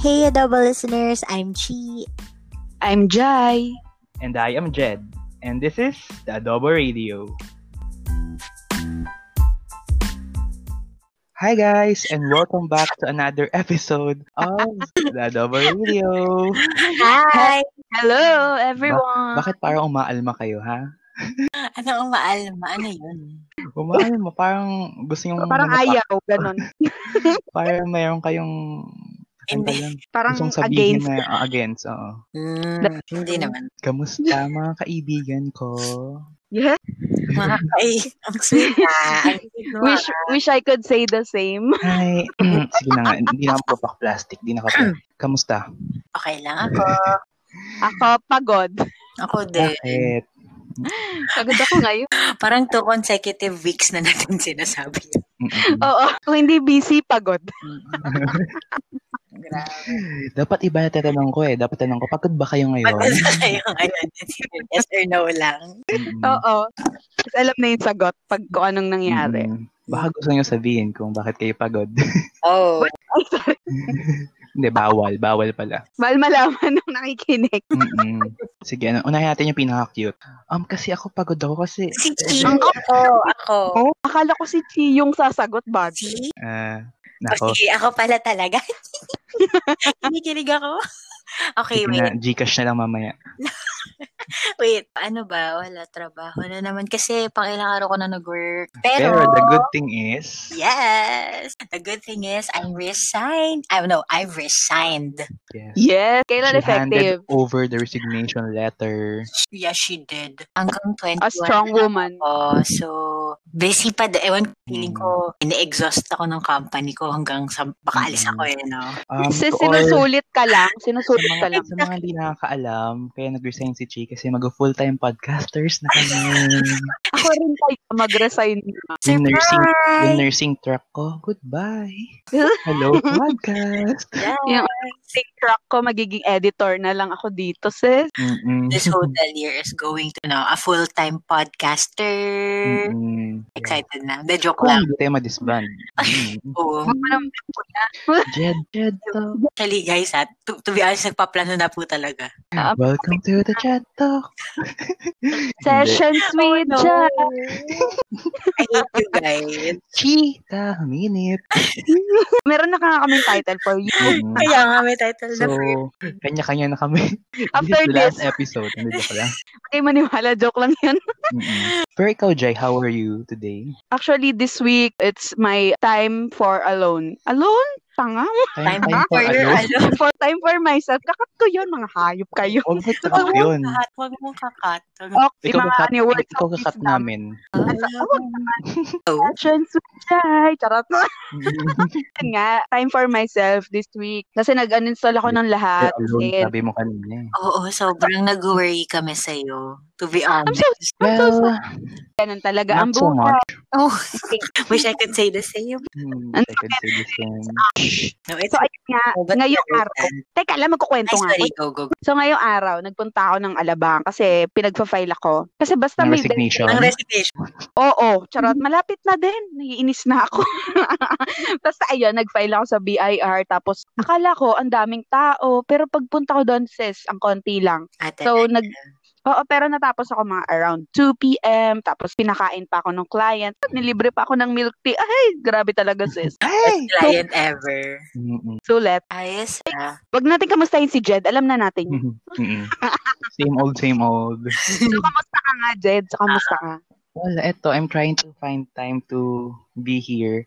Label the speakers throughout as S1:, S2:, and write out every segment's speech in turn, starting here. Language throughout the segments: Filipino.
S1: Hey, Adobo listeners, I'm Chi.
S2: I'm Jai.
S3: And I am Jed. And this is the Adobo Radio. Hi guys, and welcome back to another episode of the Adobo Radio.
S1: Hi!
S2: Hello, everyone.
S3: Bakit parang umaalma kayo, ha?
S1: Ano ang maalma? Ano yun?
S3: Umaalma, parang gusto yung...
S2: Parang ayaw, ganun.
S3: Parang mayroon kayong... Ano ba yun?
S2: Parang
S3: Gustong sabihin
S2: against.
S3: na ah, against, oo.
S1: Hmm, hindi naman.
S3: Kamusta mga kaibigan ko?
S2: Yeah.
S1: Ay, ang sweet na. Ang sweet na.
S2: Wish, wish I could say the same.
S3: Hi. Sige na nga, hindi na ako papak-plastic. Hindi na ako. Kamusta?
S1: Okay lang ako.
S2: Ako, pagod.
S1: Ako din.
S3: Bakit?
S2: Pagod ako ngayon.
S1: Parang two consecutive weeks na natin sinasabi. yun.
S3: Mm-mm.
S2: Oo, kung hindi busy, pagod.
S1: Grabe.
S3: Dapat iba na tatanong ko eh. Dapat tanong ko, pagod ba kayo ngayon?
S1: Pagkasa kayo ngayon. Yes or no lang.
S3: Mm-mm.
S2: Oo. Tapos alam na yung sagot pag kung anong nangyari.
S3: Mm-mm. Baka gusto nyo sabihin kung bakit kayo pagod.
S1: Oh.
S2: Ay, sorry.
S3: Hindi, bawal. Bawal pala.
S2: Mahal malaman ng nakikinig.
S3: Mm-mm. Sige, ano, unahin natin yung pinaka-cute. Um, kasi ako pagod ako kasi... eh,
S1: Si Chi. Ako. Ako.
S2: Oh, akala ko si Chi yung sasagot ba?
S1: Si?
S3: Ah,
S1: Oh,
S3: nako.
S1: sige, ako pala talaga. Kinikilig ako. Okay,
S3: sige
S1: wait.
S3: na, Gcash na lang mamaya.
S1: Wait, ano ba? Wala trabaho na naman kasi pang ilang araw ko na nag-work.
S3: Pero
S1: Pero,
S3: the good thing is...
S1: yes! The good thing is, I'm resigned. I no, I've resigned.
S3: Yes.
S2: Yes, kailan
S3: She handed
S2: effective?
S3: over the resignation letter.
S1: Yeah, she did. Hanggang 21.
S2: A strong woman.
S1: Oh, so, busy pa. da- Ewan, ko, feeling
S3: Mm.
S1: ko, ini-exhaust ako ng company ko hanggang sa makaalis
S3: Mm.
S1: ako eh, no?
S3: Um,
S2: Sis,
S3: to all-
S2: sinusulit ka lang. Sinusulit ka lang.
S3: Sa mga hindi nakakaalam, kaya nag-resign si Chi kasi mag-full-time podcasters na kami.
S2: Ako rin tayo mag-resign na.
S3: yung, nursing, yung
S1: Surprise!
S3: nursing track ko, goodbye. Hello, podcast.
S1: Yeah.
S2: Yung sing track ko, magiging editor na lang ako dito, sis.
S3: Mm-mm.
S1: This hotel year is going to now a full-time podcaster.
S3: Mm-mm.
S1: Excited na. The joke
S3: Kung
S1: lang.
S3: hindi tayo ma-disband. Mm.
S1: Oo.
S2: Parang,
S3: Jed, Jed Talk.
S1: Actually, guys, ha, to, to be honest, nagpaplano na po talaga.
S2: um,
S3: Welcome to the Jed Talk. Hindi. Oh,
S2: Sessions with Jai.
S1: I hate you guys.
S3: Chi, the minute.
S2: Meron na ka nga kaming title for you.
S3: Mm.
S1: Kaya nga may title na
S3: So, kanya-kanya na kami.
S2: After
S3: is the
S2: this.
S3: last episode. Ano ba pala?
S2: Okay, maniwala. Joke lang yun.
S3: Mm-mm. Pero ikaw, Jai, how are you today?
S2: Actually, this week, it's my time for alone. Alone? Tanga?
S1: time
S3: for ano?
S1: for your ano,
S3: alone.
S1: alone.
S2: For time for myself. Kakat ko yun, mga hayop kayo.
S3: Oh, ba't
S1: Huwag
S3: takot
S1: mong
S3: yun?
S1: kakat. Huwag mong kakat. Huwag mong-
S2: Okay,
S3: Ikaw
S2: mga
S3: kakat,
S2: ano, words
S3: ikaw
S2: of
S3: kakat
S2: wisdom.
S3: namin.
S1: Oh.
S2: Sessions with Jai. Charot na. Yun nga, time for myself this week. Kasi nag-uninstall ako ng lahat.
S3: You're alone,
S2: And
S3: sabi mo kanina eh.
S1: Oo, sobrang nag-worry kami sa'yo. To be
S2: I'm
S1: honest.
S2: so
S3: Well,
S2: ganun talaga. Ang
S3: not so
S2: buhay.
S3: much.
S1: Oh, wish I could say the same.
S3: Hmm,
S2: Ano
S3: I could say the same.
S1: No, it's
S2: So, ayun nga.
S1: Oh, but-
S2: ngayong araw. Teka lang,
S1: Ay,
S2: magkukwento nga. ako.
S1: sorry. Go, go, go.
S2: So, ngayong araw, nagpunta ako ng Alabang kasi pinagpa-file ako. Kasi basta
S3: Ng
S2: may...
S3: resignation.
S1: Ang resignation. Mm-hmm.
S2: Oo, charot. Malapit na din. Naiinis na ako. basta ayun, nag-file ako sa BIR. Tapos, akala ko, ang daming tao. Pero pagpunta ko doon, sis, ang konti lang.
S1: Ate,
S2: So, nag... Oo, pero natapos ako mga around 2 p.m. Tapos, pinakain pa ako ng client. Nilibre pa ako ng milk tea. Ay, grabe talaga, sis.
S3: Hey!
S1: client ever.
S3: Mm-mm.
S2: Sulit.
S1: Ayos. ah.
S2: Wag natin kamustahin si Jed. Alam na natin yun.
S3: Mm-mm. Same old, same old.
S2: So, kamusta ka nga, Jed? So, kamusta ka?
S3: Well, eto, I'm trying to find time to be here.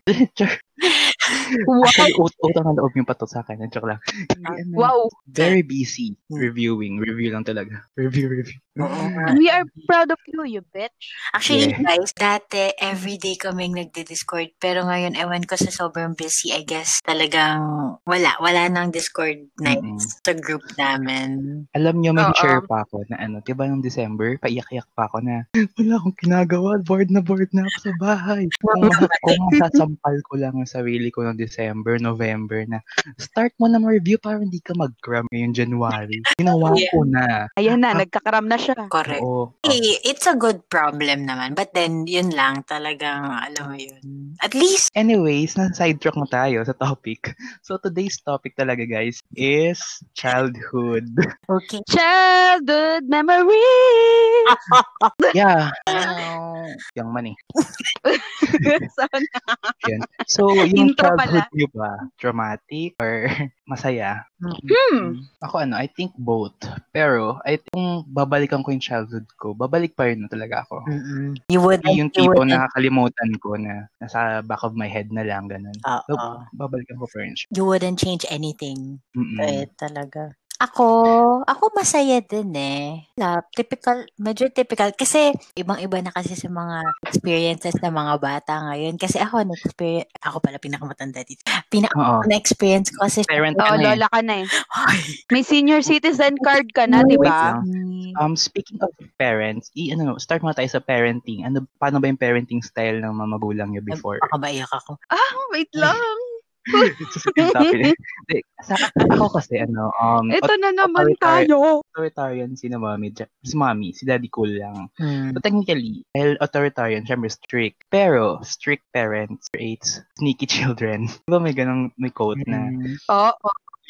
S2: Wow.
S3: Actually, ut- utang ng loob yung patot sa akin. Joke lang. Hindi, ano,
S2: wow.
S3: Very busy reviewing. Review lang talaga. Review, review.
S1: Oo nga.
S2: And we are
S3: ano?
S2: proud of you, you bitch.
S1: Actually,
S3: Yeah.
S1: guys, dati, everyday kaming nagdi-discord. Pero ngayon, ewan ko sa sobrang busy, I guess, talagang wala. Wala nang discord nights sa group namin.
S3: Alam nyo, may
S2: Oo.
S3: share pa ako na ano, diba nung December, paiyak-iyak pa ako na, wala akong ginagawa, bored na bored na ako sa bahay. Kung, ma- kung masasampal ko lang ang sarili ko ng December, November na start mo na review para hindi ka mag-cram ngayong January. Ginawa
S1: Yeah.
S3: ko na.
S2: Ayan na,
S3: Ah.
S2: nagkakaram na siya.
S1: Correct.
S3: Oo.
S1: Eh, It's a good problem naman. But then, yun lang talagang, alam mo yun. At least,
S3: Anyways, nasa-sidetrack na tayo sa topic. So, today's topic talaga, guys, is childhood.
S1: okay.
S2: Childhood memories!
S3: Ah. Yeah. Yang man eh.
S2: Sana.
S3: So, yung
S2: Intro pala.
S3: childhood nyo ba? Dramatic or masaya?
S2: hmm.
S3: Ako ano, I think both. Pero, I think kung babalikan ko yung childhood ko, babalik pa rin na talaga ako.
S1: Mm-mm. You would
S3: Hindi yung
S1: you
S3: tipo
S1: wouldn't-
S3: nakakalimutan ko na nasa back of my head na lang, ganun. So,
S1: Oo.
S3: babalikan ko pa rin siya.
S1: You wouldn't change anything.
S3: Mm-mm.
S1: Eh, talaga. Ako, ako masaya din eh. La, typical, medyo typical. Kasi, ibang-iba na kasi sa mga experiences ng mga bata ngayon. Kasi ako, na-experience, ako pala pinakamatanda dito. Pinaka-
S3: Oo.
S1: na-experience ko kasi,
S3: Parent
S2: Oo,
S3: ka na eh.
S2: lola ka na eh.
S1: Ay,
S2: May senior citizen card ka na, di
S3: Wait
S2: ba?
S3: lang.
S1: Mm.
S3: Um, speaking of parents, i ano, start muna tayo sa parenting. Ano, paano ba yung parenting style ng mga magulang niyo before?
S1: baka maiyak ako.
S2: Ah, wait lang.
S3: Susunod topic. Hindi, sa ako kasi ano, um,
S2: Ito na naman
S3: Totalitarian.
S2: tayo.
S3: authoritarian si na mami, Ja- si mami, si daddy cool lang.
S1: Hmm.
S3: So technically, dahil authoritarian, syempre strict. Pero, strict parents creates sneaky children. Di ba may ganong may quote na,
S1: Mm.
S2: Oo.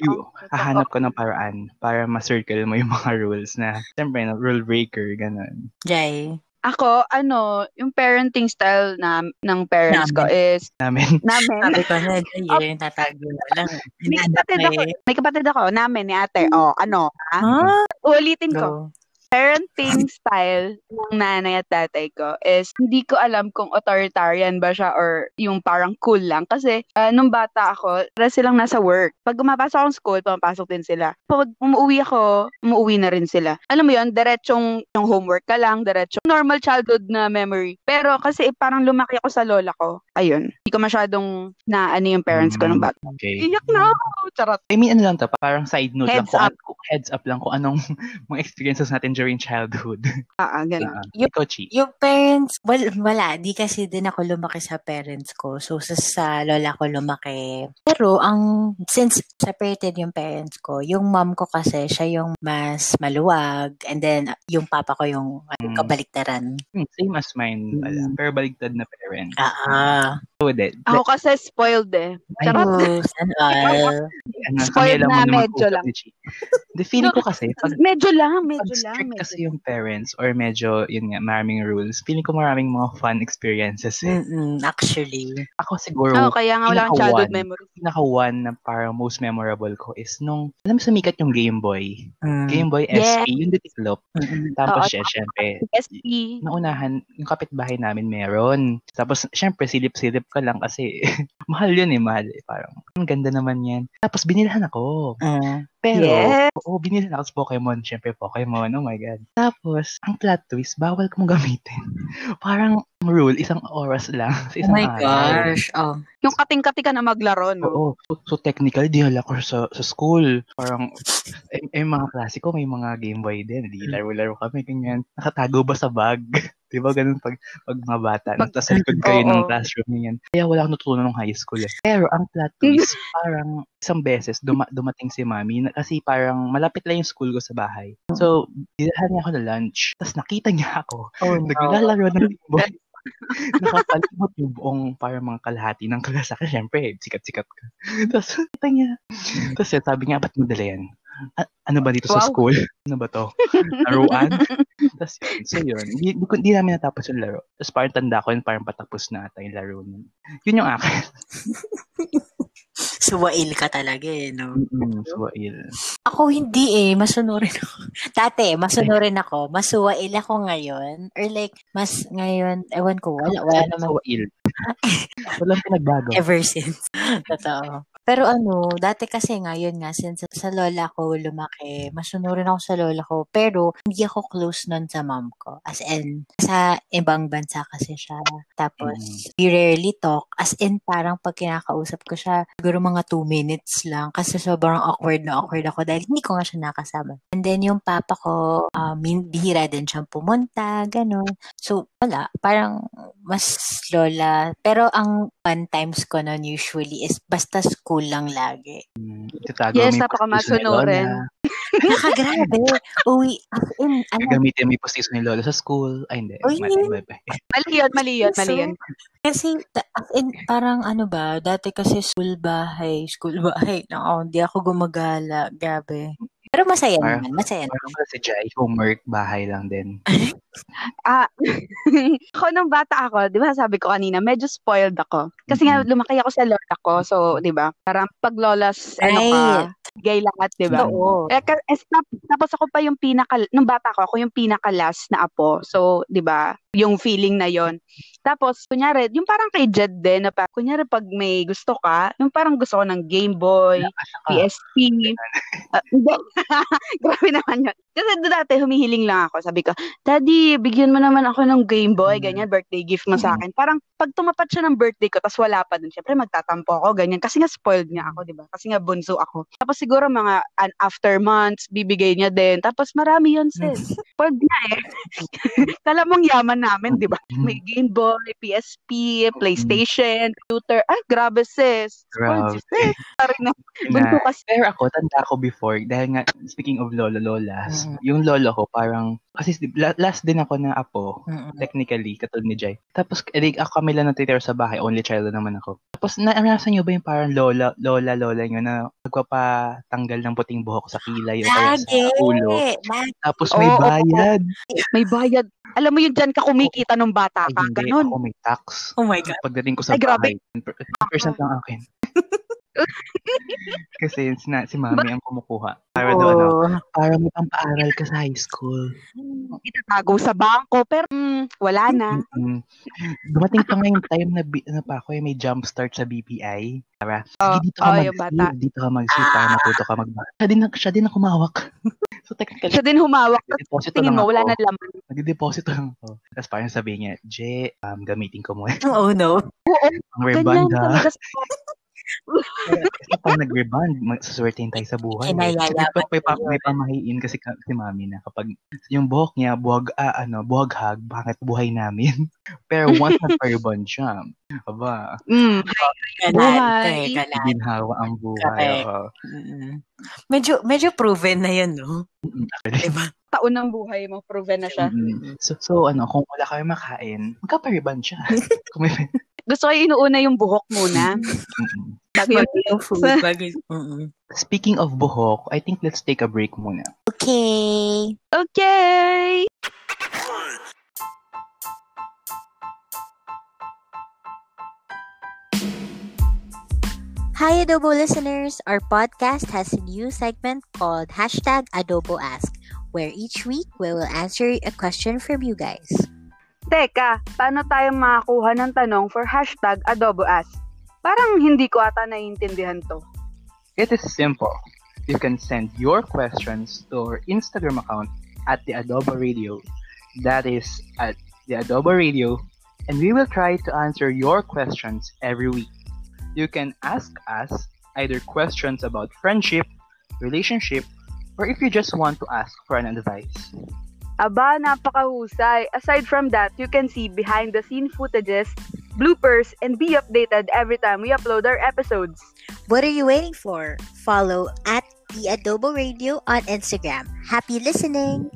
S3: you, hahanap ko ng paraan para ma-circle mo yung mga rules na, syempre, na, rule breaker, ganun.
S1: Jai.
S2: Ako, ano, yung parenting style na, ng parents ko is,
S3: Namin.
S2: namin,
S1: Sabi ko na,
S3: Ah.
S1: Jai, yun, tatago na lang.
S2: may kapatid ako, may kapatid ako, namin ni ate,
S3: Hmm.
S2: o, ano, ha?
S1: Ah,
S2: Ulitin
S1: go.
S2: ko, parenting style ng nanay at tatay ko is hindi ko alam kung authoritarian ba siya or yung parang cool lang. Kasi ah, nung bata ako, para silang nasa work. Pag gumapasok akong school, pumapasok din sila. Pag umuwi ako, umuwi na rin sila. Alam mo yon diretsong yung homework ka lang, diretsong normal childhood na memory. Pero kasi parang lumaki ako sa lola ko. Ayun, hindi ko masyadong na ano yung parents ko nung
S3: Hmm.
S2: bata.
S3: Okay.
S2: Iyak na ako, charot.
S3: I mean, ano lang to, parang side note lang.
S2: Heads
S3: Kung
S2: up.
S3: ano- heads up lang kung anong mga experiences natin during childhood.
S2: Ah, ah, ganun.
S3: Ah,
S1: Yup.
S3: Ikaw, Chi.
S1: Yung parents, well, wala. Di kasi din ako lumaki sa parents ko. So, sa, sa lola ko lumaki. Pero, ang, since separated yung parents ko, yung mom ko kasi, siya yung mas maluwag. And then, yung papa ko yung
S3: Mm.
S1: kabaliktaran.
S3: Hmm, Same as mine pala.
S1: Mm.
S3: Pero baligtad na parents.
S1: Ah,
S3: So, de, de,
S2: Ako kasi spoiled eh.
S3: Ay,
S2: Charot.
S1: Rules and all.
S3: ano, sa
S2: Spoiled
S3: kanila
S2: na,
S3: mo naman
S2: medyo
S3: usap
S2: lang.
S3: ni Chi. Hindi, feeling ko kasi, pag,
S2: Medyo lang,
S3: pag
S2: medyo lang.
S3: strict
S2: medyo
S3: kasi yung parents or medyo, yun nga, maraming rules, feeling ko maraming mga fun experiences
S2: Mm.
S3: eh.
S1: Mm-mm, actually.
S3: Ako siguro,
S2: Oo, kaya nga wala kang
S3: pinaka
S2: childhood
S3: one.
S2: memories.
S3: pinaka one na parang most memorable ko is nung, alam mo sumikat yung Game Boy.
S1: Mm.
S3: Game Boy
S2: Yes.
S3: SP, yung detiklop.
S1: Mm-mm.
S2: Oo,
S3: Tapos siya, syempre,
S2: SP.
S3: naunahan, yung kapitbahay namin meron. Tapos, syempre, silip-silip ka lang kasi mahal yun eh, mahal. Eh. Parang, ang ganda naman yan. Tapos, binilhan ako.
S1: Mm.
S3: Pero,
S2: Yes.
S3: oo, binilhan ako sa Pokemon. Syempre, Pokemon, oh my God. Tapos, ang plot twist, bawal kong gamitin. Parang, ang rule, isang oras lang.
S1: Oh
S3: Sa isang
S1: my
S3: araw.
S1: gosh. Oh.
S2: Yung kating-kati ka na maglaro, no?
S3: Oo. So, so technical, dinala ko sa, sa school. Parang, eh, eh, mga klase ko, may mga Game Boy din. Di,
S2: Mm.
S3: laro-laro kami, ganyan. Nakatago ba sa bag? Di ba ganun pag, pag mga bata?
S2: Pag-
S3: Tapos sa likod kayo ng
S2: Oo.
S3: classroom, ganyan. Kaya wala akong natutunan ng high school. Eh. Pero ang plot twist, parang isang beses duma- dumating si mami na- kasi parang malapit lang yung school ko sa bahay. So, dinala niya ako na lunch. Tapos nakita niya ako.
S1: Oh, no.
S3: Naglalaro ng timbo. Nakapalibot yung buong parang mga kalahati ng klasa. Kasi syempre, sikat-sikat ka. Tapos, kita niya. Tapos yun, sabi niya, ba't mo dala yan? A- ano ba dito sa
S2: Wow.
S3: school? Ano ba to? Laruan? Tapos yun, so yun. Di, di, ko- di namin natapos yung laro. Tapos parang tanda ko yun, parang patapos na ata yung laro nun. Yun yung akin.
S1: Suwail ka talaga eh, no?
S3: Mm-mm, so, yun.
S1: Ako hindi eh, masunurin ako. Dati, masunurin ako. Masuwail ako ngayon. Or like, mas ngayon, ewan ko, wala, wala naman
S3: So, il. Walang pinagbago.
S1: ever since. Totoo. Pero ano, dati kasi ngayon nga, since sa lola ko lumaki, masunurin ako sa lola ko. Pero, hindi ako close nun sa mom ko. As in, sa ibang bansa kasi siya. Tapos, we rarely talk. As in, parang pag kinakausap ko siya, siguro mga two minutes lang. Kasi sobrang awkward na awkward ako dahil hindi ko nga siya nakasama. And And then yung papa ko, um, min- bihira din siyang pumunta, ganun. So, wala. Parang mas lola. Pero ang fun times ko noon usually is basta school lang lagi.
S3: Mm, Itatago
S2: Yes,
S3: mo yung
S2: napakamaso
S3: postiso ni Lola.
S2: nurin.
S1: Nakagrabe. Uwi, as in, ano,
S3: Gagamitin mo yung postiso ni Lola sa school. Ay, hindi.
S1: Uy.
S3: Mali, bye, bye.
S2: Mali yun, mali yun, mali yun.
S1: kasi, ta- as in, parang ano ba, dati kasi school bahay, school bahay, no, hindi ako gumagala, gabe. Pero masaya
S3: Parang-
S1: naman, masaya
S2: Ano
S1: naman.
S3: Parang pala si Jai, homework, bahay lang din.
S2: Ah, ako nung bata ako, di ba sabi ko kanina, medyo spoiled ako. Kasi nga
S3: Mm-hmm.
S2: lumaki ako sa lola ko, so di ba? Parang pag lolas, ano ka,
S1: Right.
S2: gay lahat, di ba?
S1: Oo.
S2: Eh, ka- eh, tap- tapos ako pa yung pinaka, nung bata ko, ako yung pinaka last na apo. So, di ba, yung feeling na yon Tapos, kunyari, yung parang kay Jed din, na parang, kunyari pag may gusto ka, yung parang gusto ko ng Game Boy,
S3: Ah.
S2: PSP. Ah, Hindi. Grabe naman yun. Kasi doon dati, humihiling lang ako. Sabi ko, Daddy, bigyan mo naman ako ng Game Boy,
S3: Mm.
S2: ganyan, birthday gift mo sa akin. Parang, pag tumapat siya ng birthday ko, tas wala pa dun, syempre magtatampo ako, ganyan. Kasi nga spoiled niya ako, di ba? Kasi nga bunso ako. Tapos siguro mga an after months, bibigay niya din. Tapos marami yun,
S3: Hmm.
S2: sis. spoiled niya eh. Kala mong yaman namin, di ba?
S3: Hmm.
S2: May Game Boy, PSP, PlayStation, computer. Ay, grabe, sis. Spoiled si
S3: Grabe.
S2: sis. Sorry na.
S3: Na-
S2: Bunso kasi
S3: Pero ako, tanda ko before, dahil nga, speaking of lolo, lolas,
S1: Mm.
S3: yung lolo ko parang, kasi si- la- last din ako na apo,
S1: Mm-mm.
S3: technically, katulad ni Jai. Tapos, edi, ako kami lang natitira sa bahay, only child na naman ako. Tapos, naranasan nyo ba yung parang lola, lola, lola nyo na nagpapatanggal ng puting buhok sa kilay o kaya
S1: Lagi.
S3: sa ulo?
S1: Lagi.
S3: Tapos, may
S2: Oo.
S3: bayad.
S2: May bayad. Alam mo yun dyan ka kumikita nung bata
S3: Ay,
S2: ka.
S3: hindi,
S2: Ganun.
S3: ako may tax.
S1: Oh my God.
S3: Pagdating ko sa
S2: Ay, grabe.
S3: bahay, 10% lang akin. Kasi si, na, si mami ang kumukuha. Para daw, ano,
S1: Oo.
S3: para may pampaaral ka sa high school.
S2: Itatago sa bangko. Pero mm, wala na.
S3: Mm-mm. Dumating pa nga yung time na, bi- na pa ako, eh, may jump start sa BPI. Tara, sige,
S2: Oh,
S3: dito ka
S2: oh, yung bata.
S3: mag-sleep, dito ka mag-sleep, para matuto ka mag- Siya din, ang- siya din ang kumawak. so, technically,
S2: Siya din humawak.
S3: nagdeposito
S2: Tingin
S3: lang
S2: mo,
S3: ako.
S2: wala na laman.
S3: Nagdeposito lang ako. Tapos parang sabi niya, J, um, gamitin ko muna
S1: Oh no.
S2: Oo,
S3: ang
S2: ganyan
S3: rebanda.
S2: talaga.
S3: Kasi pag nag-reband, magsasortin tayo sa buhay. Eh.
S1: Kinalalaman
S3: May, pa- may, pa-
S1: ko yun.
S3: may pamahiin kasi ka- si mami na kapag yung buhok niya, buhag, ah, ano, buhaghag, bakit buhay namin? Pero once nag-reband siya, aba,
S2: Mm.
S1: Ganaan.
S2: Buhay.
S1: Teka lang.
S3: ginhawa ang buhay.
S1: Correct.
S3: oo.
S1: Mm-mm. Medyo, medyo proven na yun, no? Diba?
S2: Taon ng buhay mo, proven na siya.
S3: Mm-mm. So, so, ano, kung wala kami makain, magkapariban siya. Kung may-
S2: Gusto ko inuuna yung buhok muna.
S3: Mm-mm.
S2: Bago yung
S1: Bago yung food. Bago yung... Mm-mm.
S3: Speaking of buhok, I think let's take a break muna.
S1: Okay.
S2: Okay!
S1: Hi Adobo listeners! Our podcast has a new segment called Hashtag Adobo Ask where each week we will answer a question from you guys.
S2: Teka, paano tayo makakuha ng tanong for hashtag adobo as? Parang hindi ko ata naiintindihan to.
S3: It is simple. You can send your questions to our Instagram account at the Adobo Radio. That is at the Adobo Radio, and we will try to answer your questions every week. You can ask us either questions about friendship, relationship, or if you just want to ask for an advice.
S2: Aba, napakahusay. Aside from that, you can see behind the scene footages, bloopers, and be updated every time we upload our episodes.
S1: What are you waiting for? Follow at the Adobo Radio on Instagram. Happy listening!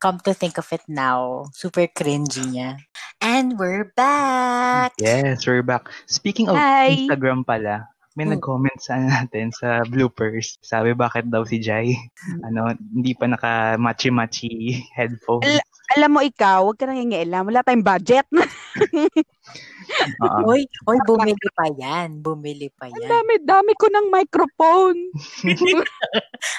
S1: Come to think of it now, super cringy niya. And we're back!
S3: Yes, we're back. Speaking of
S2: Hi. Oh.
S3: Instagram pala, may
S1: Mm.
S3: nag-comment sa ano natin sa bloopers. Sabi bakit daw si Jai
S2: Mm.
S3: ano, hindi pa naka machi-machi headphones.
S2: Alam mo ikaw, huwag ka nangingailam. Wala tayong budget. Ang
S3: Oo.
S1: Oy, oy, bumili pa yan. Bumili pa yan.
S2: dami, dami ko ng microphone.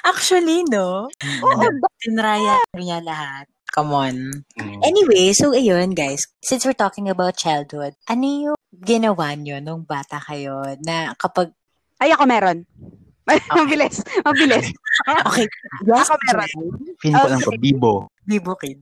S1: Actually, no?
S2: Oo, da-
S1: Tinraya niya lahat. Come on.
S3: Mm.
S1: Anyway, so ayun guys, since we're talking about childhood, ano yung ginawa nyo nung bata kayo na kapag,
S2: Ay, ako meron. mabilis, mabilis.
S1: ah, okay, yes,
S2: Ako meron.
S3: Feeling
S2: um,
S3: ko lang ko, Bibo.
S1: Bibo kid.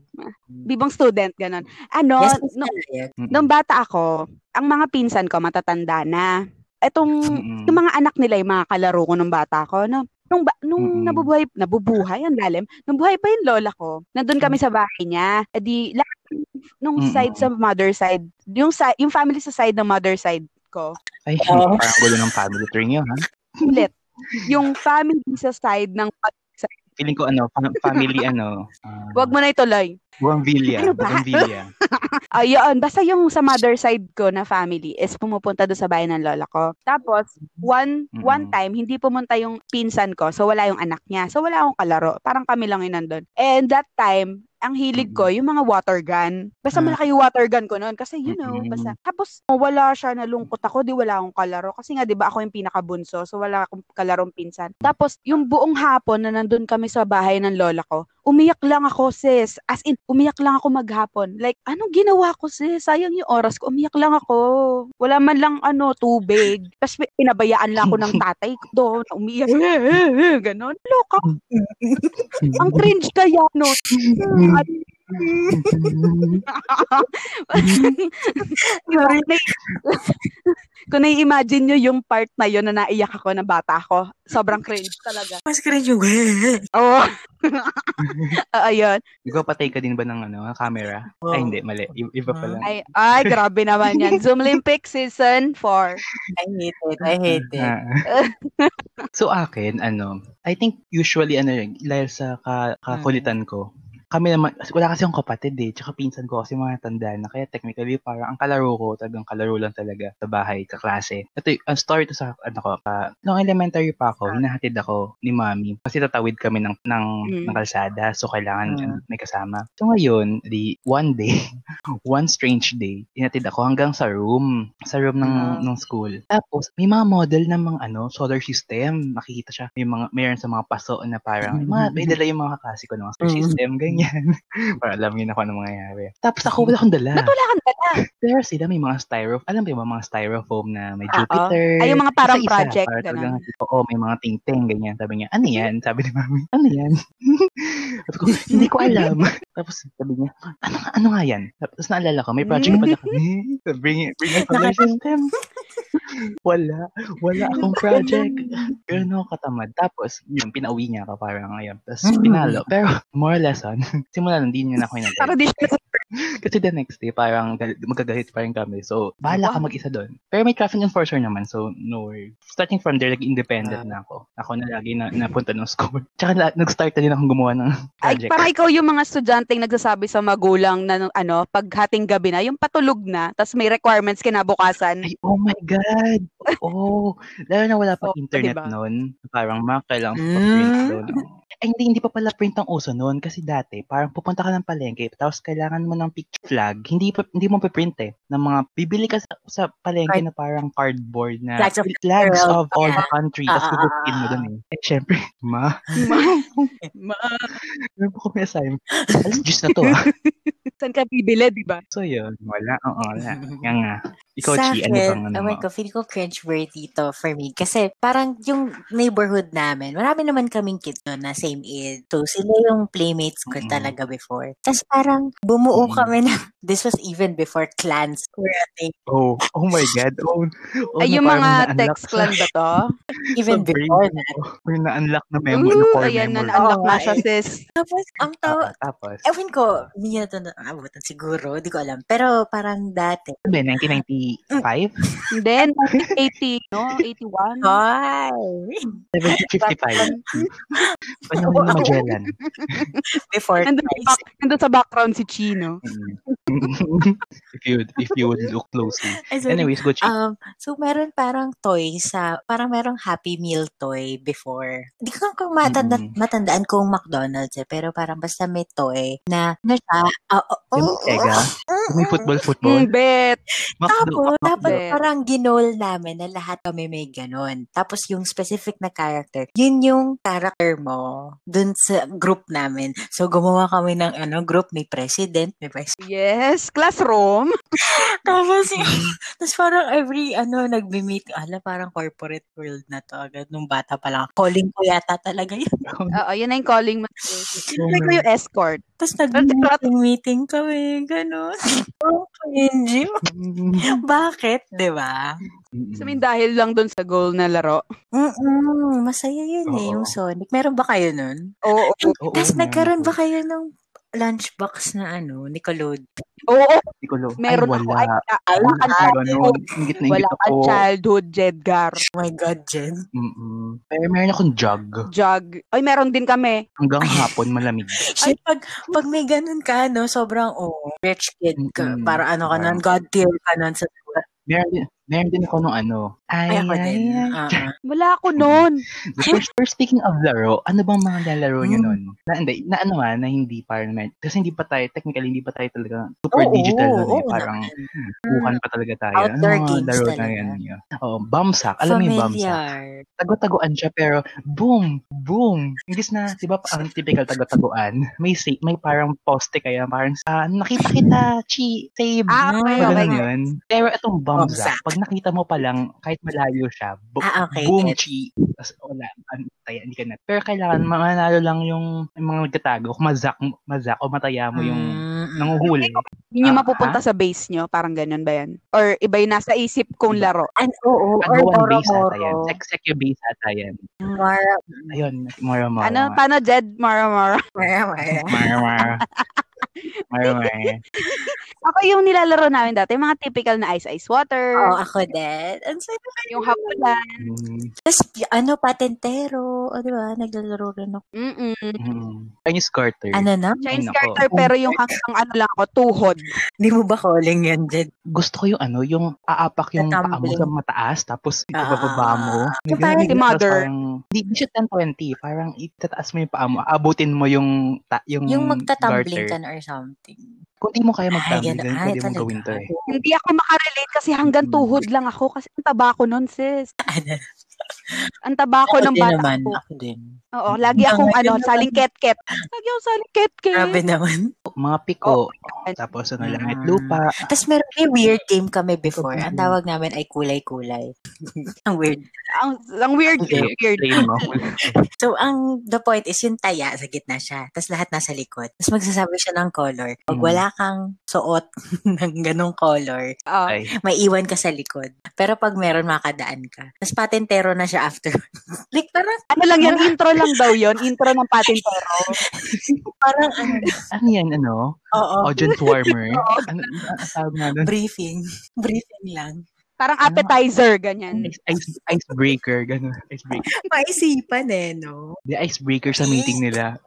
S2: Bibang student, ganun. Ano,
S1: Yes,
S2: no-
S1: no,
S3: Mm-mm.
S2: Nung bata ako, ang mga pinsan ko matatanda na. etong
S3: Mm-mm.
S2: yung mga anak nila, yung mga kalaro ko nung bata ko, no? Nung, ba, nung
S3: Mm-mm.
S2: nabubuhay, nabubuhay, ang lalim, nung buhay pa yung lola ko, nandun kami sa bahay niya, Eh di, lahat, nung
S3: Mm. Mm-mm.
S2: side sa mother side, yung, si- yung family sa side ng mother side ko,
S3: Ay,
S2: Oh.
S1: Oo.
S3: parang gulo ng family tree niyo, ha?
S2: ulit, yung family sa side ng
S3: Feeling ko, ano, fam- family, ano, uh,
S2: Wag mo na ituloy.
S3: Buenvilla.
S2: Ano ba?
S3: Buenvilla.
S2: Ayun, Ah, basta yung sa mother side ko na family is pumupunta doon sa bahay ng lola ko. Tapos, one
S3: Mm-mm.
S2: one time, hindi pumunta yung pinsan ko, so wala yung anak niya. So wala akong kalaro. Parang kami lang yun nandun. And that time, ang hilig ko, yung mga water gun. Basta
S3: Ah.
S2: malaki yung water gun ko noon. Kasi, you know,
S3: Mm-mm.
S2: basta. Tapos, oh, wala siya, nalungkot ako, di wala akong kalaro. Kasi nga, di ba, ako yung pinakabunso, so wala akong kalarong pinsan. Tapos, yung buong hapon na nandun kami sa bahay ng lola ko, umiyak lang ako, sis. As in, umiyak lang ako maghapon. Like, anong ginawa ko, sis? Sayang yung oras ko. Umiyak lang ako. Wala man lang, ano, tubig. Tapos, may- pinabayaan lang ako ng tatay ko doon. Umiyak. Ganon. Loka. Ang cringe kaya, no? Kung nai-imagine nyo yung part na yun na naiyak ako na bata ako, sobrang cringe talaga.
S1: Mas cringe yung...
S2: Oo.
S3: Oh.
S2: Oo, yun.
S3: Ikaw patay ka din ba ng ano, camera? Ay, hindi, mali. I- iba pala.
S2: Ay, ay, grabe naman yan. Zoom Olympic Season 4.
S1: I hate it. I hate it.
S3: Ah. so akin, ano, I think usually ano yun, dahil sa ka,
S1: Mm.
S3: kakulitan ko, kami naman, kasi wala kasi akong kapatid eh, tsaka pinsan ko kasi mga tanda na, kaya technically parang ang kalaro ko, talagang kalaro lang talaga sa bahay, kaklase. Ito, y- ang story to sa, ano ko, pa, noong elementary
S1: Ah.
S3: pa ako, hinahatid ako ni mami, kasi tatawid kami ng, ng,
S2: Mm.
S3: ng kalsada, so
S1: Mm.
S3: kailangan ano, may kasama. So ngayon, di, one day, one strange day, inatid ako hanggang sa room, sa room ng
S1: Ah.
S3: ng school. Tapos may mga model ng mga ano, solar system, makikita siya. May mga mayroon sa mga paso na parang may mga may dala yung mga kaklase ko ng mga solar
S1: Mm.
S3: system ganyan. Para alam niyo na kung ano mangyayari. Tapos ako wala akong dala.
S2: Ba't wala kang dala?
S3: Pero sila may mga styrofoam, alam mo yung mga styrofoam na may
S2: Oo.
S3: Jupiter.
S2: Ay, yung mga parang
S3: isa-isa,
S2: project,
S3: para
S2: ganun.
S3: talagang, Oo, may mga ting-ting, ganyan. Sabi niya, ano yan? Sabi ni mami, ano yan? Sabi ko, hindi ko alam. Tapos sabi niya, ano, nga- ano nga yan? Tapos naalala ko, may project pala kami. bring it, bring it solar system. wala, wala akong project. Pero no, katamad. Tapos, yun, pinauwi niya ako parang ngayon. Tapos, pinalo. Pero, more lesson, simula nun, hindi niya na ako inatid.
S2: Para di siya
S3: Kasi the next day, parang gal- magagalit pa rin kami. So, bahala ka
S2: Wow.
S3: mag-isa doon. Pero may traffic enforcer naman, so no worry. Starting from there, like independent
S2: Ah.
S3: na ako. Ako na lagi na napunta ng school. Tsaka na, nag-start na din akong gumawa ng
S2: Ay,
S3: project.
S2: parang ikaw yung mga estudyanteng nagsasabi sa magulang na nung ano, paghating gabi na, yung patulog na, tapos may requirements kinabukasan.
S3: Ay, oh my God! Oo! Lalo na wala pa
S2: Oo,
S3: internet
S2: diba? Hmm.
S3: noon. Parang mga kailangan
S1: Mm.
S3: pa print doon. Ay, hindi, hindi pa pala print ang uso noon kasi dati, parang pupunta ka ng palengke, tapos kailangan mo ng picture flag. Hindi pa, hindi mo pa-print eh. Ng mga, bibili ka sa, sa palengke na parang cardboard na
S1: Flags of
S3: flags
S1: world.
S3: of all the country,
S1: Ah,
S3: tapos
S1: ah, ah,
S3: kukupitin mo
S1: ah.
S3: doon eh. Eh, syempre, ma,
S2: Ma-
S3: meron po kami assignment. Alas, Diyos na to ah.
S2: Saan ka bibili, di ba?
S3: So, yun, wala, oo, wala. Nga nga. Ikaw,
S1: Sa
S3: Chi,
S1: akin,
S3: ano
S1: oh
S3: bang ano mo?
S1: ewan ko, feeling ko cringe-worthy to for me. Kasi parang yung neighborhood namin, marami naman kaming kids doon na same age. So sila yung playmates ko
S3: Mm-mm.
S1: talaga before. Tapos parang bumuo
S3: Mm-mm.
S1: kami na, this was even before clans were a thing.
S3: Oh, oh my God. Oh, oh
S2: Ay,
S3: na
S2: yung
S3: parang
S2: mga
S3: na-unlock
S2: text
S3: siya.
S2: clan ba to?
S1: Even
S3: Sa brain
S1: before
S3: ko.
S1: that.
S3: May na-unlock na memory, na
S2: Ooh,
S3: core
S2: ayan,
S3: memory. Oh,
S2: na-unlock
S1: Oo,
S2: na
S1: nga
S2: siya,
S1: eh.
S2: sis.
S1: Tapos ang
S3: Oo,
S1: tao,
S3: tapos,
S1: ewan ko, hindi na to naabutan siguro, di ko alam. Pero parang dati.
S3: ano ba, 1995?
S1: Mm.
S2: Then, 80, no?
S3: Mm.
S2: 81.
S1: Hoy!
S3: 1755? Paano na yung Magellan?
S1: Before
S2: Nandun sa,
S1: Christ.
S2: back- nandun sa background si Chino.
S3: Mm. if you if you would look closely.
S1: Ay, sorry.
S3: Anyways, go check.
S1: Um, so meron parang toy sa, parang merong Happy Meal toy before. Hindi ko alam kung matanda,
S3: Mm-mm.
S1: matandaan kung McDonald's eh, pero parang basta may toy na, na siya, ah, oh,
S3: Yung
S1: oh,
S3: Sega,
S1: oh,
S3: yung may
S1: oh,
S3: football football.
S2: Mm, bet.
S3: Macdo,
S1: Tapos,
S3: Macdo.
S1: dapat
S2: Yes.
S1: parang ginol namin na lahat kami may ganun. Tapos yung specific na character, yun yung character mo dun sa group namin. So, gumawa kami ng ano group, may president, may vice.
S2: Yes, classroom.
S1: Tapos, yun,
S3: Mm.
S1: tapos parang every ano, nagme-meet, ala parang corporate world na to agad. Nung bata pa lang, calling ko yata talaga yun.
S2: Oo, yun na yung calling mo. Like ko yung escort.
S1: Tapos nag-meeting-meeting kami, ganun. Ang cringy. Bakit, di ba?
S3: Mm-mm.
S2: So, I mean, dahil lang doon sa goal na laro.
S1: Mm-mm, masaya yun eh,
S3: Oo.
S1: yung Sonic. Meron ba kayo nun?
S2: Oo.
S3: Oo,
S1: Tapos
S3: meron
S1: nagkaroon
S3: po.
S1: ba kayo ng lunchbox na ano, Nickelodeon?
S2: Oo. oo,
S3: Hindi ko lo.
S2: meron
S3: Ay,
S2: ako.
S3: wala.
S2: Ay, wala.
S3: Wala
S2: Wala
S3: ka
S2: ka
S3: ganun. Ingit na
S2: Wala
S3: ingit
S2: ka
S3: ako.
S2: childhood, Jedgar.
S1: Oh my God, Jen.
S3: Mm-mm. Pero meron akong jug.
S2: Jog. Ay, meron din kami.
S3: Hanggang hapon malamig.
S1: Shit, pag, pag may ganun ka, no, sobrang, oh, rich kid ka.
S3: Mm-mm.
S1: Para ano ka nun,
S3: Parang-
S1: God tier ka nun sa school.
S3: Meron din, meron din ako nung ano.
S1: Ay, ako din.
S3: ay.
S1: Ah, ah.
S2: Wala
S3: Hmm.
S2: ako noon.
S3: Pero, pero speaking of laro, ano bang mga nalaro nyo
S1: Hmm.
S3: nun? Na, hindi, na ano ah, na hindi parang, na- kasi hindi pa tayo, technically hindi pa tayo talaga super
S1: Oo,
S3: digital nun eh.
S1: oo
S3: Parang
S1: naman.
S3: bukan pa talaga tayo.
S1: Outdoor
S3: ano mga
S1: games
S3: laro na
S1: talaga.
S3: yan? yun? Oo, bumsack. Alam mo yung bumsack?
S1: Familiar.
S3: Tago-taguan siya pero boom, boom. Imbis na, di ba ang typical tago-taguan, may sa- may parang poste kaya, parang ah, nakita kita, chi, save.
S2: Ah, okay,
S3: Pag
S2: okay.
S3: ganun yun. Pero itong
S1: Bumsack.
S3: bumsack, pag nakita mo pa lang, kahit malayo siya, bu-
S1: Ah, okay.
S3: boom,
S1: get-
S3: chi. Tapos wala, an- tayo, hindi ka na. Pero kailangan manalo lang yung, yung mga nagtatago, kumazak, mazak, o mataya mo
S2: Hmm.
S3: yung
S1: Mm,
S3: nanguhuli.
S2: Yun yung
S3: Ah,
S2: mapupunta sa base nyo. Parang ganun ba yan? Or iba yung nasa isip kong laro.
S1: An, oo, or
S3: Agawan base ata yan.
S1: Boro-Boro.
S3: Sek-sek yung base ata yan.
S1: Mara,
S3: Ayun, mara mara.
S2: Ano? Paano, Jed? Mara, mara.
S1: mara, mara.
S3: Mara mara. Mara mara.
S2: Ako yung nilalaro namin dati. Yung mga typical na Ice Ice Water.
S1: Oo, ako din. Ang saya.
S2: yung hapulan.
S3: Mm,
S1: Tapos, y- ano, patentero. O, di ba? Naglalaro rin ako.
S2: Mm-mm.
S3: mm. Chinese Carter.
S1: Ano na?
S2: Chinese
S3: nako.
S2: character, pero yung hanggang ano lang ako, tuhod.
S1: Hindi mo ba calling yan, Jed?
S3: Gusto ko yung ano, yung aapak yung
S1: The
S3: paa mo
S1: tumbling.
S3: sa mataas, tapos
S1: Ah.
S3: ibababa mo.
S2: Yung
S3: Ganun,
S2: parang
S3: ganun,
S2: si
S3: tapos
S2: Mother.
S3: Parang, hindi hindi siya 10-20, parang itataas mo yung paa mo, aabutin mo yung, ta, yung,
S1: Yung magtatumbling ka
S3: Hmm, garter.
S1: na or something.
S3: Kung di mo kaya
S1: Ay,
S3: mag-tumbling,
S1: ganun.
S3: ganun
S1: Ay,
S3: pwede mo
S1: talaga.
S3: gawin to eh.
S2: Hindi ako makarelate kasi hanggang
S3: Mm-mm.
S2: tuhod lang ako kasi ang taba ko nun, sis.
S1: Ano?
S2: Ang taba ko
S1: Ako
S2: ng
S1: din
S2: bata
S1: naman.
S2: ko.
S1: Ako din.
S2: Oo, lagi
S1: Hanggang
S2: akong ano,
S1: ngayon naman.
S2: saling ket-ket. Lagi akong saling ket-ket.
S1: Grabe naman.
S3: Mga piko,
S2: God.
S3: tapos ano lang, at
S1: Mm.
S3: lupa.
S1: Tapos meron may weird game kami before. Ang
S3: Mm.
S1: tawag namin ay kulay-kulay. ang weird.
S2: Ang, ang weird,
S1: Okay.
S2: weird.
S3: Explain mo.
S1: So, ang the point is yung taya, sa gitna siya. Tapos lahat nasa likod. Tapos magsasabi siya ng color. Pag
S3: Mm.
S1: wala kang suot ng ganong color,
S2: Oo.
S3: Ay,
S1: may iwan ka sa likod. Pero pag meron, makadaan ka. Tapos patentero na siya after. like, parang,
S2: ano lang yan, intro lang daw yon intro ng patintero.
S1: parang, ano,
S3: ano yan, ano?
S1: oo,
S3: Audience warmer? ano, ano ang tawag nga doon?
S1: briefing. Briefing lang.
S2: Parang appetizer, ganyan.
S3: Ice, ice, icebreaker, gano'n. Icebreaker.
S1: Maisipan eh, no?
S3: The icebreaker sa meeting nila.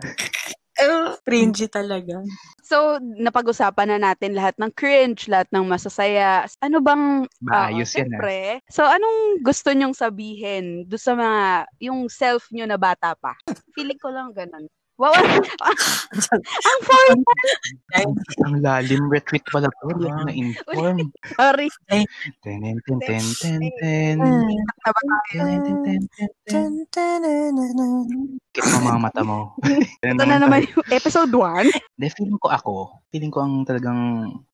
S1: Uh, cringy talaga.
S2: So, napag-usapan na natin lahat ng cringe, lahat ng masasaya. Ano bang
S3: Maayos
S2: Oo,
S3: yan ah.
S2: syempre. So, anong gusto nyong sabihin do sa mga, yung self nyo na bata pa? Feeling ko lang ganun. Wow, ang, ang formal.
S3: Ang, ang lalim retreat pala to. Hindi ako
S1: Ah.
S3: na-inform.
S2: Sorry.
S3: Ten, ten, ten, ten, ten, ten.
S2: na ba?
S3: Ten, ten, ten, ten, ten, ten. Kit mo mga mata mo.
S2: Ito na naman yung episode 1.
S3: De, feeling ko ako, feeling ko ang talagang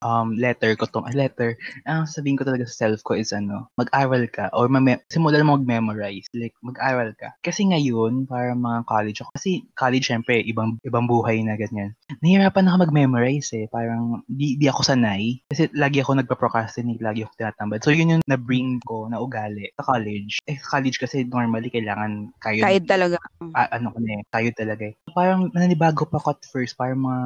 S3: um, letter ko tong, ah, letter, ang sabihin ko talaga sa self ko is ano, mag-aral ka or mame- simulan mo mag-memorize. Like, mag-aral ka. Kasi ngayon, para mga college ako, kasi college syempre, ibang, ibang buhay na ganyan. Nahihirapan ako mag-memorize eh. Parang, di, di ako sanay. Kasi lagi ako nagpa-procrastinate, lagi ako tinatambad. So, yun yung na-bring ko na ugali sa college. Eh, sa college kasi normally kailangan kayo
S2: Kahit talaga.
S3: ah, ano ko na eh, tayo talaga eh. Parang nanibago pa ako at first, parang mga,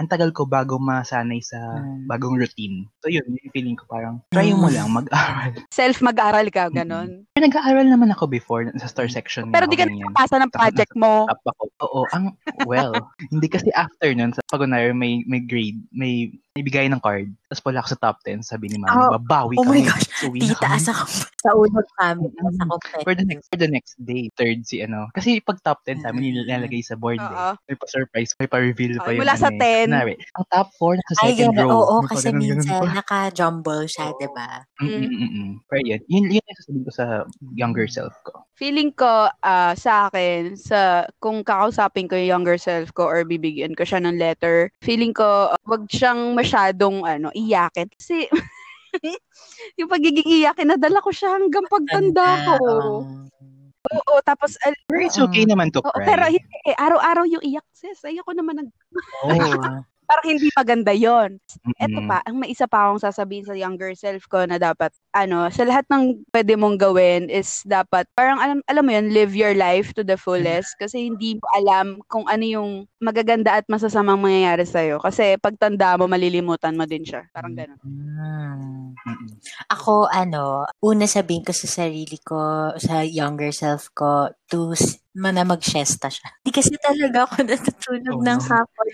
S3: ang tagal ko bago masanay sa
S1: Mm.
S3: bagong routine. So yun, yung feeling ko parang, try mo
S1: Mm.
S3: lang, mag-aral.
S2: Self mag-aaral ka, ganun.
S3: Pero nag-aaral naman ako before, sa star
S1: Hmm.
S3: section na
S2: Pero
S3: ako,
S2: di ka
S3: ganyan.
S2: nakapasa ng project mo.
S3: Up ako. Oo, ang, well, hindi kasi after nun, sa pagunari, may, may grade, may, may bigay ng card. Tapos wala ako sa top 10, sabi ni mami,
S1: Oh,
S3: babawi
S1: oh my
S3: kami.
S1: gosh,
S3: So, we
S1: Tita,
S3: nakam-
S1: asa ko sa unod kami.
S3: Mm-mm.
S1: Sa kompet.
S3: for the next for the next day third si ano kasi pag top 10 sa amin
S1: Mm-mm.
S3: nilalagay sa board eh.
S2: Oo.
S3: may pa surprise may pa reveal pa
S2: Ay,
S3: yung
S2: mula
S3: ano
S2: sa 10.
S3: eh. Kunwari, ang top 4 nasa
S1: Ay,
S3: second
S1: gano'n.
S3: row
S1: Oo,
S3: May pa
S1: kasi
S3: ganun, ganun
S1: minsan
S3: pa.
S1: naka-jumble siya, di ba?
S3: Mm, mm, mm, mm. pero yun yun, yun yung sasabihin ko sa younger self ko
S2: Feeling ko ah, sa akin, sa kung kakausapin ko yung younger self ko or bibigyan ko siya ng letter, feeling ko ah, wag siyang masyadong ano, iyakin. Kasi yung pagiging iyakin, nadala ko siya hanggang pagtanda ko.
S1: Oo.
S2: Oo, tapos, al-
S3: pero it's okay
S1: Mm.
S3: naman to
S2: oo,
S3: cry Oh,
S2: pero hindi, eh, araw-araw yung iyak, sis. Ayoko naman nag...
S1: Oo.
S2: Parang hindi maganda yon Eto
S3: Mm-mm.
S2: pa, ang may isa pa akong sasabihin sa younger self ko na dapat, ano, sa lahat ng pwede mong gawin is dapat, parang alam, alam mo yun, live your life to the fullest kasi hindi mo alam kung ano yung magaganda at masasamang mangyayari sa'yo. Kasi pagtanda mo, malilimutan mo din siya. Parang ganun.
S1: Mm.
S3: Mm-mm.
S1: Ako, ano, una sabihin ko sa sarili ko, sa younger self ko, to s- mana mag-shesta siya. Hindi kasi talaga ako natutulog
S3: Oh,
S1: ng
S3: no.
S1: hapon.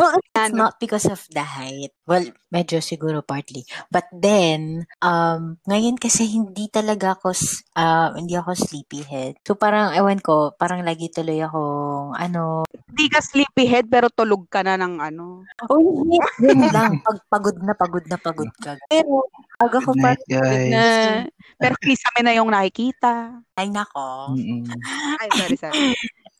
S1: Well, it's
S2: Ano?
S1: not because of the height. Well, medyo siguro partly. But then, um, ngayon kasi hindi talaga ako, s- ah, hindi ako sleepyhead. So parang, ewan ko, parang lagi tuloy akong, ano,
S2: Hindi ka sleepyhead pero tulog ka na ng ano.
S1: oh, hindi, yun lang, pag pagod na pagod na pagod ka. Pero, pag ako
S3: Good
S1: pa,
S3: night, guys.
S2: Na, pero kisame na yung nakikita.
S1: ay nako,
S3: Mm-mm.
S2: Ay, sorry, sorry.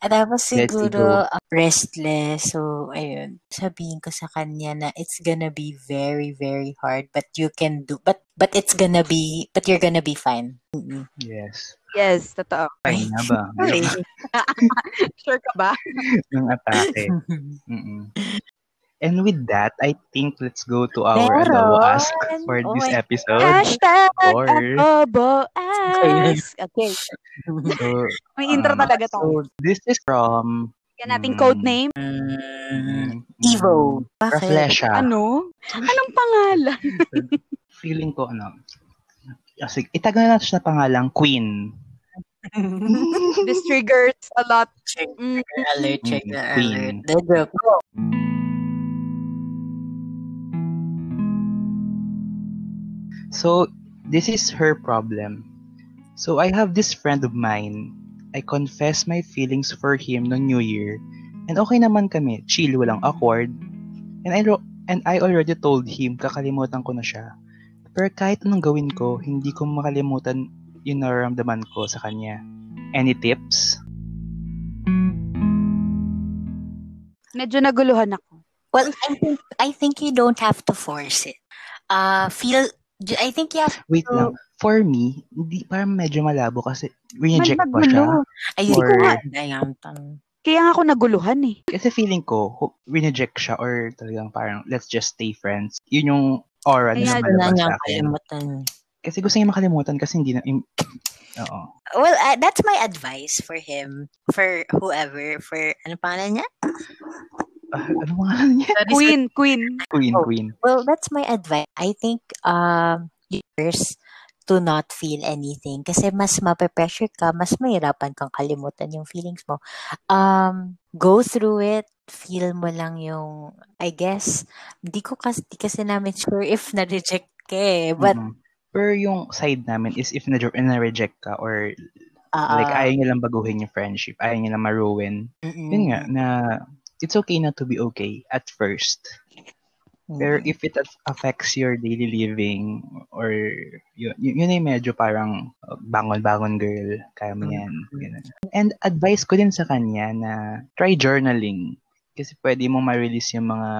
S1: Ah, Tapos
S3: Let's
S1: siguro uh, restless. So, ayun, sabihin ko sa kanya na it's gonna be very, very hard. But you can do, but but it's gonna be, but you're gonna be fine. Mm-mm.
S3: Yes.
S2: Yes, totoo.
S3: Fine na ba?
S1: Ay.
S2: Sure ka ba?
S3: Ng atake. Mm-mm. And with that, I think let's go to our
S1: Meron.
S3: ano, ask for
S1: Oh
S3: this
S1: my
S3: episode.
S2: Hashtag
S3: Or-
S2: Adobo Ask. Okay.
S3: So,
S2: May intro
S3: um,
S2: talaga tayo.
S3: So, this is from
S2: Yan nating
S3: mm.
S2: code name.
S1: Mm,
S3: mm,
S1: Evo. Bakit?
S3: Reflesia.
S2: Ano? Anong pangalan?
S3: Feeling ko, ano, kasi itagal na natin siya na pangalang Queen.
S2: This triggers a lot.
S1: Trigger
S2: Mm.
S1: alert, trigger
S3: Mm, queen.
S1: alert. The joke. Go.
S3: So, this is her problem. So, I have this friend of mine. I confess my feelings for him no New Year. And okay naman kami. Chill, walang awkward. And I, ro- and I already told him, kakalimutan ko na siya. Pero kahit anong gawin ko, hindi ko makalimutan yung nararamdaman ko sa kanya. Any tips?
S2: Medyo naguluhan ako.
S1: Well, I think, I think you don't have to force it. Uh, feel, I think you have
S3: Wait
S1: So-
S3: lang. For me, hindi, parang medyo malabo kasi
S2: Man,
S3: reject pa siya.
S2: magulo.
S1: Ayun
S3: Or-
S1: nga. Ayan, tam.
S2: Kaya nga ako naguluhan eh.
S3: Kasi feeling ko, ho- rineject siya or talagang parang, let's just stay friends. Yun yung aura
S2: Kaya
S3: niya
S1: Ano na
S3: malabas
S1: niya
S3: sa akin.
S1: kalimutan.
S3: Kasi gusto niya makalimutan kasi hindi na, im- oo.
S1: Well, uh, that's my advice for him, for whoever, for, ano pangalan niya?
S3: Ah, ano mga ano niya?
S2: Queen, queen.
S3: Queen,
S1: Oh.
S3: queen.
S1: Well, that's my advice. I think, um, you first to not feel anything. Kasi mas mape-pressure ka, mas mahirapan kang kalimutan yung feelings mo. Um, go through it. Feel mo lang yung, I guess, di ko kasi, di kasi namin sure if na-reject ka eh. But,
S3: Mm-mm. Pero yung side namin is if na- na-reject ka or
S1: uh,
S3: Mm-hmm. like ayaw niya lang baguhin yung friendship, ayaw niya lang maruin.
S1: mm-mm.
S3: Yun nga, na it's okay not to be okay at first. Pero
S1: Mm-mm.
S3: if it aff- affects your daily living or yun, yun, yun ay medyo parang uh, bangon-bangon girl, kaya
S1: Mm.
S3: mo yan. ganun. And advice ko din sa kanya na try journaling kasi pwede mo ma-release yung mga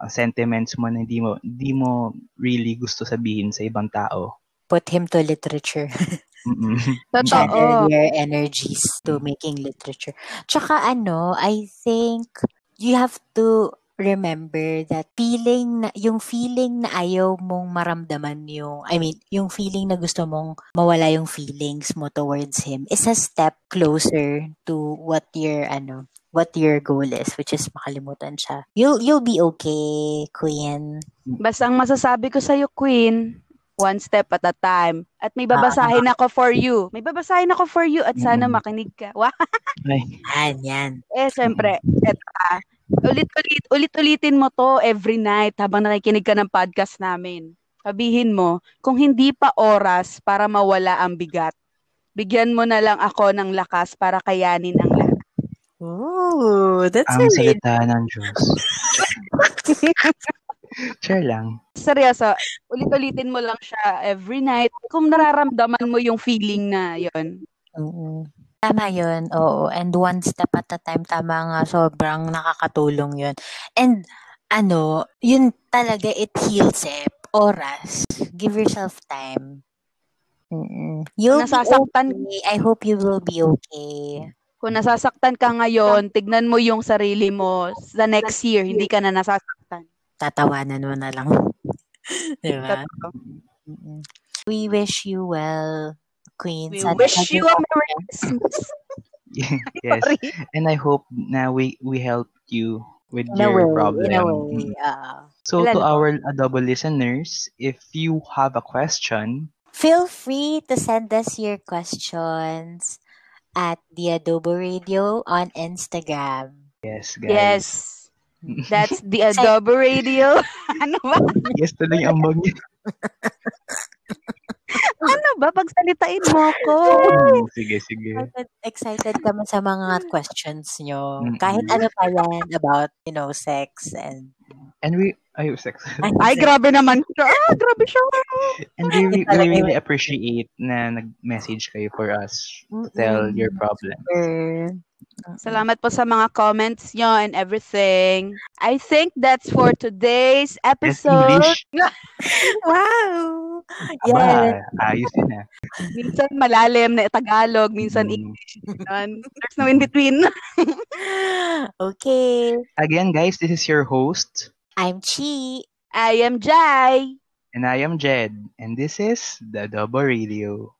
S3: uh, sentiments mo na hindi mo, hindi mo really gusto sabihin sa ibang tao.
S1: Put him to literature.
S3: Mm-mm.
S1: channel
S2: Totoo.
S1: your energies to making literature. Tsaka ano, I think you have to remember that feeling na, yung feeling na ayaw mong maramdaman yung, I mean, yung feeling na gusto mong mawala yung feelings mo towards him is a step closer to what your, ano, what your goal is, which is makalimutan siya. You'll, you'll be okay, Queen.
S2: Basta ang masasabi ko sa'yo, queen, one step at a time. At may babasahin ako for you. May babasahin ako for you at sana
S3: Ah, Mm.
S2: makinig ka. Wow.
S3: Ay,
S1: Yan, yan.
S2: Eh, syempre, eto ka. Ulit-ulit, ulit-ulitin mo to every night habang nakikinig ka ng podcast namin. Sabihin mo, kung hindi pa oras para mawala ang bigat, bigyan mo na lang ako ng lakas para kayanin ang lahat.
S1: Ooh, that's a
S3: ang
S1: really
S3: salita ng Diyos. Share lang.
S2: Seryoso, ulit-ulitin mo lang siya every night kung nararamdaman mo yung feeling na yon.
S1: Oo. Tama yun, oo. And one step at a time, tama nga, sobrang nakakatulong yun. And ano, yun talaga, it heals eh. Oras. Give yourself time. Mm-mm. You'll be
S2: Nasasaktan-
S1: okay. I hope you will be okay.
S2: Kung nasasaktan ka ngayon, tignan mo yung sarili mo sa next year, hindi ka na nasasaktan.
S1: Tatawanan mo na lang. Di ba?
S2: Totoo.
S1: Mm-mm. We wish you well, Queen.
S2: We
S1: Sana
S2: wish you a
S1: maging-
S2: Merry Christmas.
S3: yes. And I hope na we we help you with
S1: In a
S3: your
S1: way,
S3: problem.
S1: in a
S3: Mm.
S1: way. ah.
S3: So
S2: Wala
S3: to
S2: na.
S3: our double listeners, if you have a question,
S1: Feel free to send us your questions at the Adobo Radio on Instagram.
S3: yes,
S2: Yes.
S3: guys.
S2: That's the Adobo Radio. ano ba?
S3: yes, tuloy ang ambag niya.
S2: Ano ba? Pagsalitain mo ako. Hmm.
S3: Mm, sige, sige.
S1: Excited, excited kami sa mga questions nyo.
S3: Mm-mm.
S1: Kahit ano pa yan about, you know, sex and...
S3: And we, ay, sex.
S2: Ay, grabe naman siya. Ah, grabe siya.
S3: And we, we,
S1: Yun talaga
S3: really
S1: yun.
S3: appreciate na nag-message kayo for us to tell
S2: Mm.
S3: your problem.
S1: Sure.
S2: Salamat po sa mga comments nyo and everything. I think that's for today's
S3: Yes,
S2: episode.
S3: English.
S1: Wow!
S3: Aba,
S1: Yes.
S3: ayos yun ah.
S2: Minsan malalim na Tagalog, minsan
S3: Mm.
S2: English. There's no in between.
S1: Okay.
S3: Again, guys, this is your host,
S1: I'm Chi.
S2: I am Jai.
S3: and I am Jed, and this is The Double Radio.